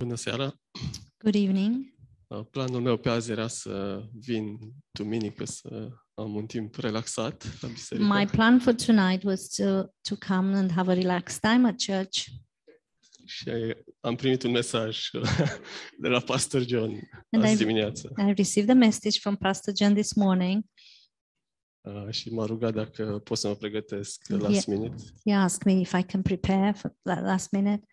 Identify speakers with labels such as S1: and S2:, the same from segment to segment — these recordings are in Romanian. S1: Bună seara!
S2: Good evening.
S1: Uh, Planul meu pe azi era să vin duminică să am un timp relaxat la biserică.
S2: My plan for tonight was to, to come and have a relaxed time at church.
S1: Și am primit un mesaj uh, de la Pastor John
S2: And
S1: azi
S2: I-
S1: dimineață
S2: I received a message from Pastor John this morning.
S1: Uh, și m-a rugat dacă pot să mă pregătesc
S2: Yeah.
S1: last minute.
S2: He asked me if I can prepare for that last minute.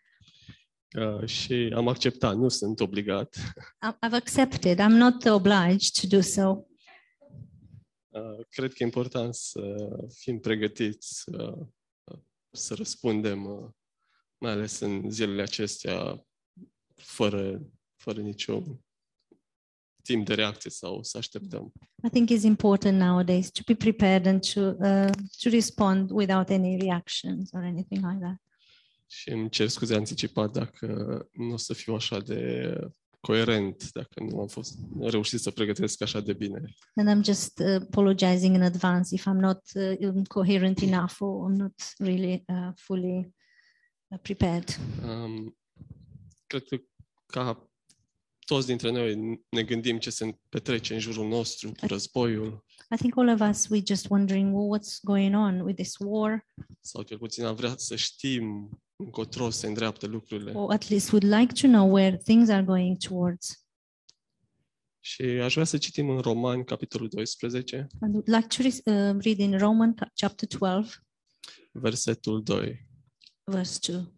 S1: Uh, Și am acceptat, nu sunt obligat.
S2: I- I've accepted. I'm not obliged to do so.
S1: Uh, Cred că e important să fim pregătiți uh, să răspundem, uh, mai ales în zilele acestea, fără, fără niciun timp de reacție sau să așteptăm.
S2: I think it's important nowadays to be prepared and to uh, to respond without any reactions or anything like that.
S1: Și îmi cer scuze anticipat dacă nu o să fiu așa de coerent, dacă nu am fost reușit să pregătesc așa de bine.
S2: And I'm just uh, apologizing in advance if I'm not uh, coherent enough or I'm not really uh, fully uh, prepared.
S1: Um, cred că ca toți dintre noi ne gândim ce se petrece în jurul nostru cu războiul,
S2: I think all of us, we're just wondering well, what's going on with this war,
S1: sau cel puțin am vrea să știm încotro se îndreaptă lucrurile.
S2: or at least would like to know where things are going towards.
S1: Și aș vrea să citim în Romani, capitolul 12,
S2: And would like to re- uh, read in Romans ca- chapter 12,
S1: versetul 2.
S2: verse 2.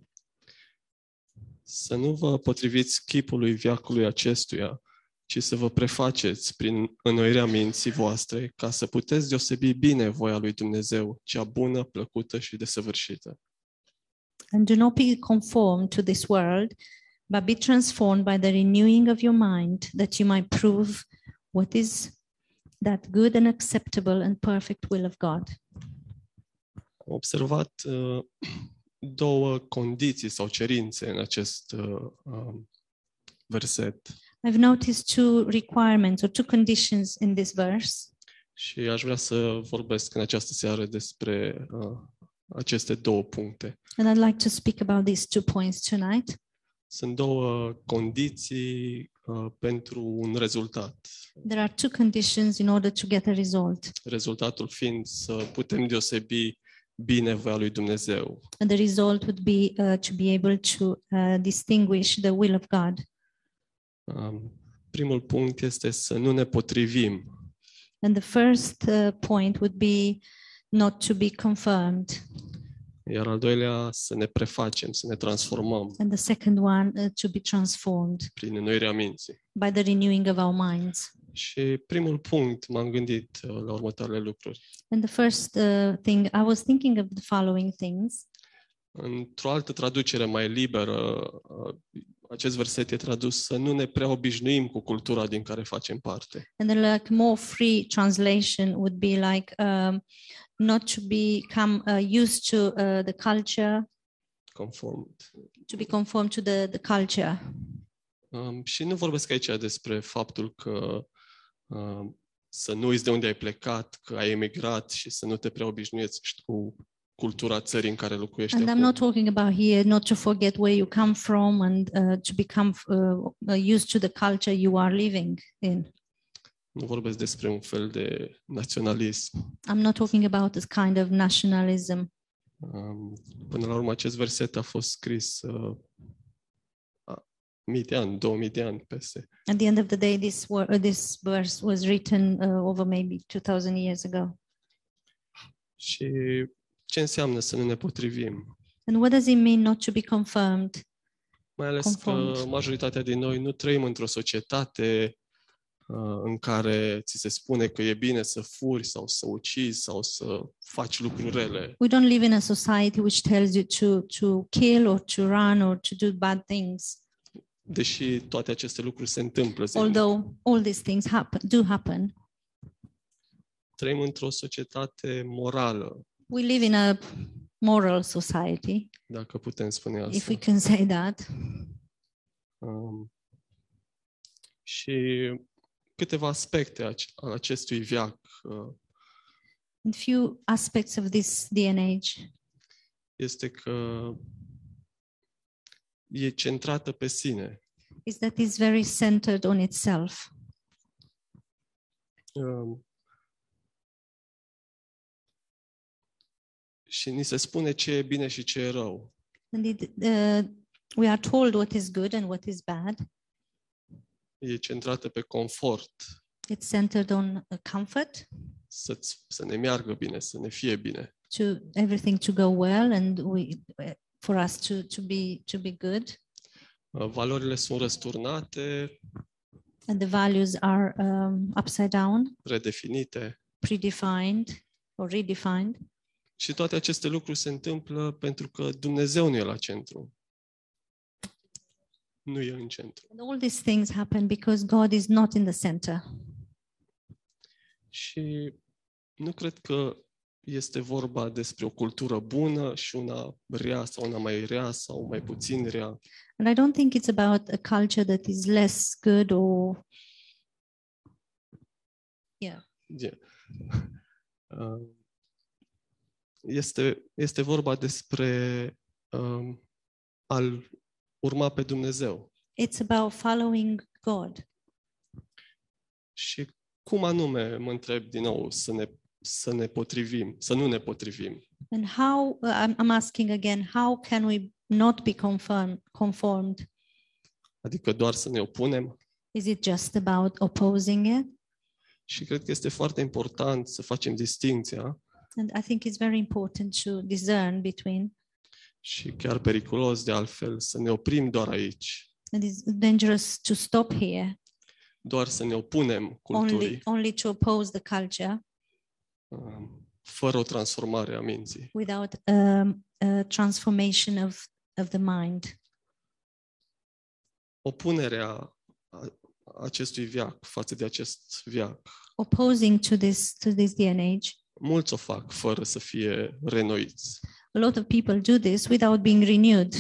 S1: Să nu vă potriviți chipului viacului acestuia, ci să vă prefaceți prin înnoirea minții voastre, ca să puteți deosebi bine voia lui Dumnezeu, cea bună, plăcută și desăvârșită.
S2: And do not be conformed to this world, but be transformed by the renewing of your mind, that you might prove what is that good and acceptable and perfect will of God.
S1: Am observat uh, două condiții sau cerințe în acest uh, um, verset
S2: I've noticed two requirements or two conditions in this verse.
S1: și aș vrea să vorbesc în această seară despre uh, aceste două puncte.
S2: And I'd like to speak about these two points tonight.
S1: Sunt două condiții uh, pentru un rezultat.
S2: There are two conditions in order to get a result.
S1: Rezultatul fiind să putem deosebi binevoia lui Dumnezeu.
S2: And the result would be uh, to be able to uh, distinguish the will of God.
S1: Um, primul punct este să nu ne potrivim.
S2: And the first uh, point would be not to be confirmed.
S1: Iar al doilea, să ne prefacem, să ne transformăm
S2: And the second one, uh, to be transformed
S1: prin înnoirea minții.
S2: by the renewing of our minds.
S1: Și primul punct m-am gândit uh, la următoarele lucruri.
S2: And the first uh, thing, I was thinking of the following things.
S1: Într-o altă traducere mai liberă, uh, acest verset e tradus să nu ne prea obișnuim cu cultura din care facem parte.
S2: And then, like, more free translation would be like um, not to become uh, used to uh, the culture,
S1: Conform.
S2: to be conformed to the, the culture.
S1: Um, și nu vorbesc aici despre faptul că um, să nu uiți de unde ai plecat, că ai emigrat și să nu te prea obișnuiești cu cultura țării în care locuiești
S2: And I'm
S1: acum.
S2: not talking about here not to forget where you come from and uh, to become uh, uh, used to the culture you are living in.
S1: Nu vorbesc despre un fel de naționalism.
S2: I'm not talking about this kind of nationalism.
S1: Um, Până la urmă, acest verset a fost scris uh, a- mii de ani, 2000 de ani peste.
S2: At the end of the day, this wor- uh, this verse was written uh, over maybe 2,000 years ago.
S1: Și ce înseamnă să nu ne potrivim?
S2: And what does it mean not to be confirmed?
S1: Mai ales că
S2: Conform.
S1: majoritatea din noi nu trăim într-o societate uh, în care ți se spune că e bine să furi sau să ucizi sau să faci lucruri rele.
S2: We don't live in a society which tells you to to kill or to run or to do bad things.
S1: Deși toate aceste lucruri se întâmplă. zilnic.
S2: Although all these things happen, do happen.
S1: Trăim într-o societate morală,
S2: We live in a moral society,
S1: dacă putem spune asta.
S2: if we can say that.
S1: Um, și câteva aspecte ac- al acestui viac. uh,
S2: A few aspects of this day and age.
S1: Este că e centrată pe sine.
S2: is that it's very centered on itself.
S1: Um, și ni se spune ce e bine și ce e rău.
S2: And it, uh, we are told what is good and what is bad.
S1: E centrată pe confort,
S2: It's centered on uh, comfort,
S1: să, să ne meargă bine, să ne fie bine.
S2: to everything to go well, and we uh, for us to to be to be good.
S1: Uh, Valorile sunt răsturnate,
S2: And the values are um, upside down,
S1: redefinite
S2: predefined or redefined.
S1: și toate aceste lucruri se întâmplă pentru că Dumnezeu nu e la centru. Nu e în centru.
S2: And all these things happen because God is not in the center.
S1: Și nu cred că este vorba despre o cultură bună și una rea sau una mai rea sau mai puțin rea.
S2: And I don't think it's about a culture that is less good or
S1: E- Uh, Este, este vorba despre um, al urma pe Dumnezeu
S2: it's about following God.
S1: Și cum anume, mă întreb din nou, să ne, să ne potrivim, să nu ne potrivim?
S2: And how uh, I'm, I'm asking again, how can we not be conform, conformed?
S1: Adică doar să ne opunem?
S2: Is it just about opposing it?
S1: Și cred că este foarte important să facem distinția
S2: And I think it's very important to discern between,
S1: și chiar periculos de altfel să ne oprim doar aici,
S2: and it's dangerous to stop here
S1: doar să ne opunem
S2: only,
S1: culturii,
S2: only to oppose the culture
S1: um, fără o transformare a minții.
S2: without um, a transformation of, of the mind.
S1: Opunerea a- acestui viac față de acest viac,
S2: Opposing to this to this day and age,
S1: mulți o fac fără să fie renoiți.
S2: a lot of people do this without being renewed,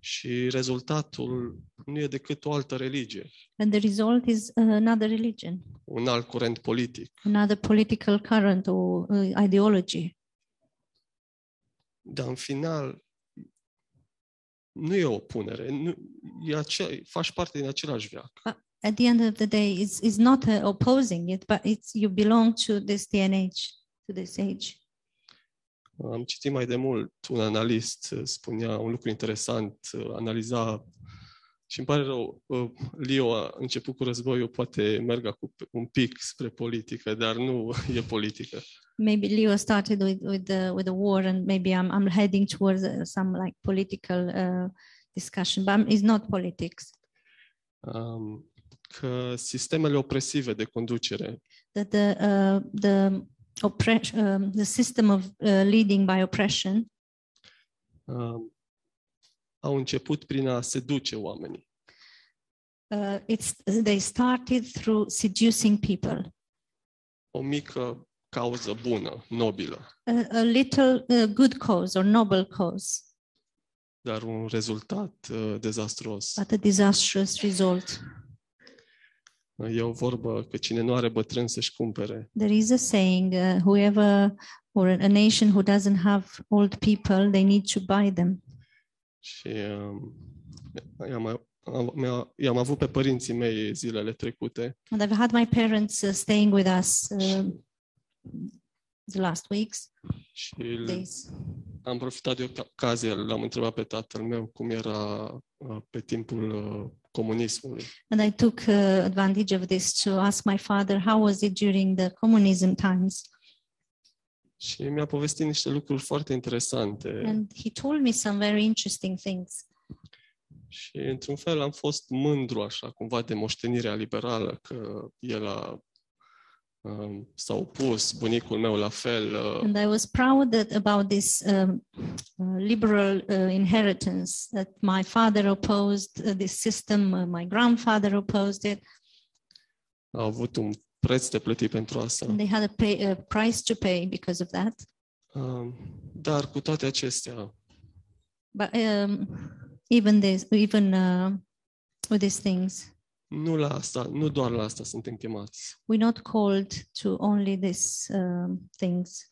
S1: Și rezultatul nu e decât o altă religie.
S2: and the result is uh, another religion,
S1: un alt curent politic.
S2: another political current or uh, ideology.
S1: Dar în final nu e o opunere, nu, e acea, faci parte din același veac.
S2: At the end of the day, it's, it's not uh, opposing it, but it's you belong to this day and age, to this age.
S1: Am citit mai de mult un analist uh, spunea un lucru interesant, uh, analiza și îmi pare rău, uh, Leo a început cu războiul, poate merg acum un pic spre politică, dar nu e politică.
S2: maybe Leo started with with the with the war, and maybe I'm I'm heading towards uh, some like political uh, discussion, but I'm- it's not politics.
S1: Um, Că sistemele opresive de conducere
S2: That the uh, the oppression, um, the system of uh, leading by oppression,
S1: um, au început prin a seduce oamenii.
S2: uh, it's they started through seducing people.
S1: o mică cauză bună, nobilă,
S2: A, a little uh, good cause or noble cause,
S1: dar un rezultat uh, dezastruos.
S2: but a disastrous result.
S1: E o vorbă că cine nu are bătrân să-și cumpere.
S2: There is a saying: uh, whoever or a nation who doesn't have old people, they need to buy them.
S1: Și um, i-am, am, mi-a- i-am avut pe părinții mei zilele trecute
S2: And I've had my parents uh, staying with us um, the last weeks,
S1: și l-
S2: days.
S1: am profitat de ocazie, l-am întrebat pe tatăl meu cum era uh, pe timpul uh, comunismului.
S2: And I took uh, advantage of this to ask my father, how was it during the communism times?
S1: Și mi-a povestit niște lucruri foarte interesante
S2: And he told me some very interesting things.
S1: și într-un fel am fost mândru așa cumva de moștenirea liberală, că el a, um, s-a opus, bunicul meu la fel, uh,
S2: And I was proud that about this um, uh, liberal uh, inheritance that my father opposed uh, this system, uh, my grandfather opposed it,
S1: a avut un preț de plătit pentru asta.
S2: and they had a, pay, a price to pay because of that.
S1: Um, Dar cu toate acestea,
S2: but um, even this even uh, with these things
S1: nu, la asta, nu doar la asta suntem chemați.
S2: we're not called to only these um, things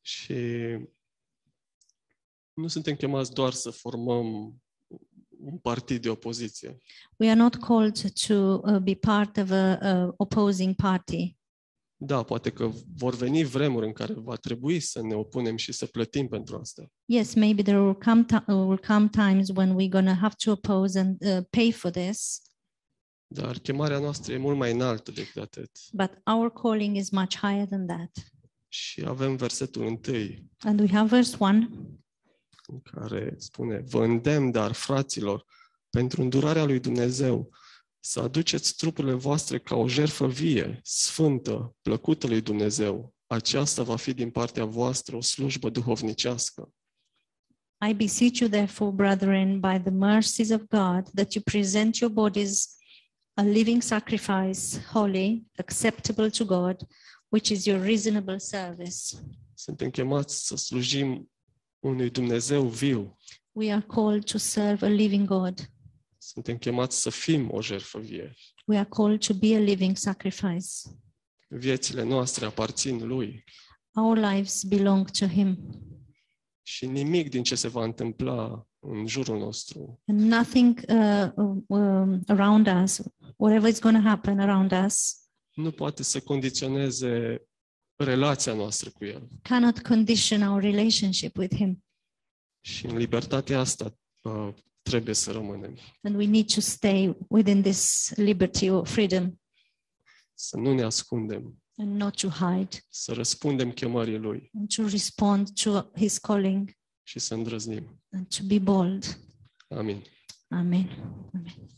S1: Și nu suntem chemați doar să formăm un partid de opoziție.
S2: We are not called to uh, be part of a, a opposing party.
S1: Da, poate că vor veni vremuri în care va trebui să ne opunem și să plătim pentru asta.
S2: Yes, maybe there will come ti- uh, will come times when we're gonna have to oppose and uh, pay for this,
S1: Dar chemarea noastră e mult mai înaltă decât atât.
S2: but our calling is much higher than that.
S1: Și avem versetul întâi
S2: And we have verse one.
S1: în care spune Vă îndemn, dar, fraților, pentru îndurarea lui Dumnezeu, să aduceți trupurile voastre ca o jertfă vie, sfântă, plăcută lui Dumnezeu. Aceasta va fi din partea voastră o slujbă duhovnicească.
S2: I beseech you, therefore, brethren, by the mercies of God, that you present your bodies a living sacrifice, holy, acceptable to God, which is your reasonable service.
S1: Suntem chemați să slujim unui Dumnezeu viu.
S2: We are called to serve a living God.
S1: Suntem chemați să fim o jertfă vie.
S2: We are called to be a living sacrifice.
S1: Viețile noastre aparțin lui
S2: Our lives belong to Him,
S1: și nimic din ce se va întâmpla în jurul nostru
S2: and nothing uh, um, around us, whatever is going to happen around us,
S1: nu poate să condiționeze relația noastră cu el.
S2: cannot condition our relationship with Him.
S1: Și în libertatea asta uh, trebuie să rămânem.
S2: And we need to stay within this liberty or freedom
S1: Să nu ne ascundem,
S2: and not to hide
S1: să răspundem chemării lui
S2: and to respond to His calling
S1: și să îndrăznim.
S2: and to be bold.
S1: Amin.
S2: Amen. Amen.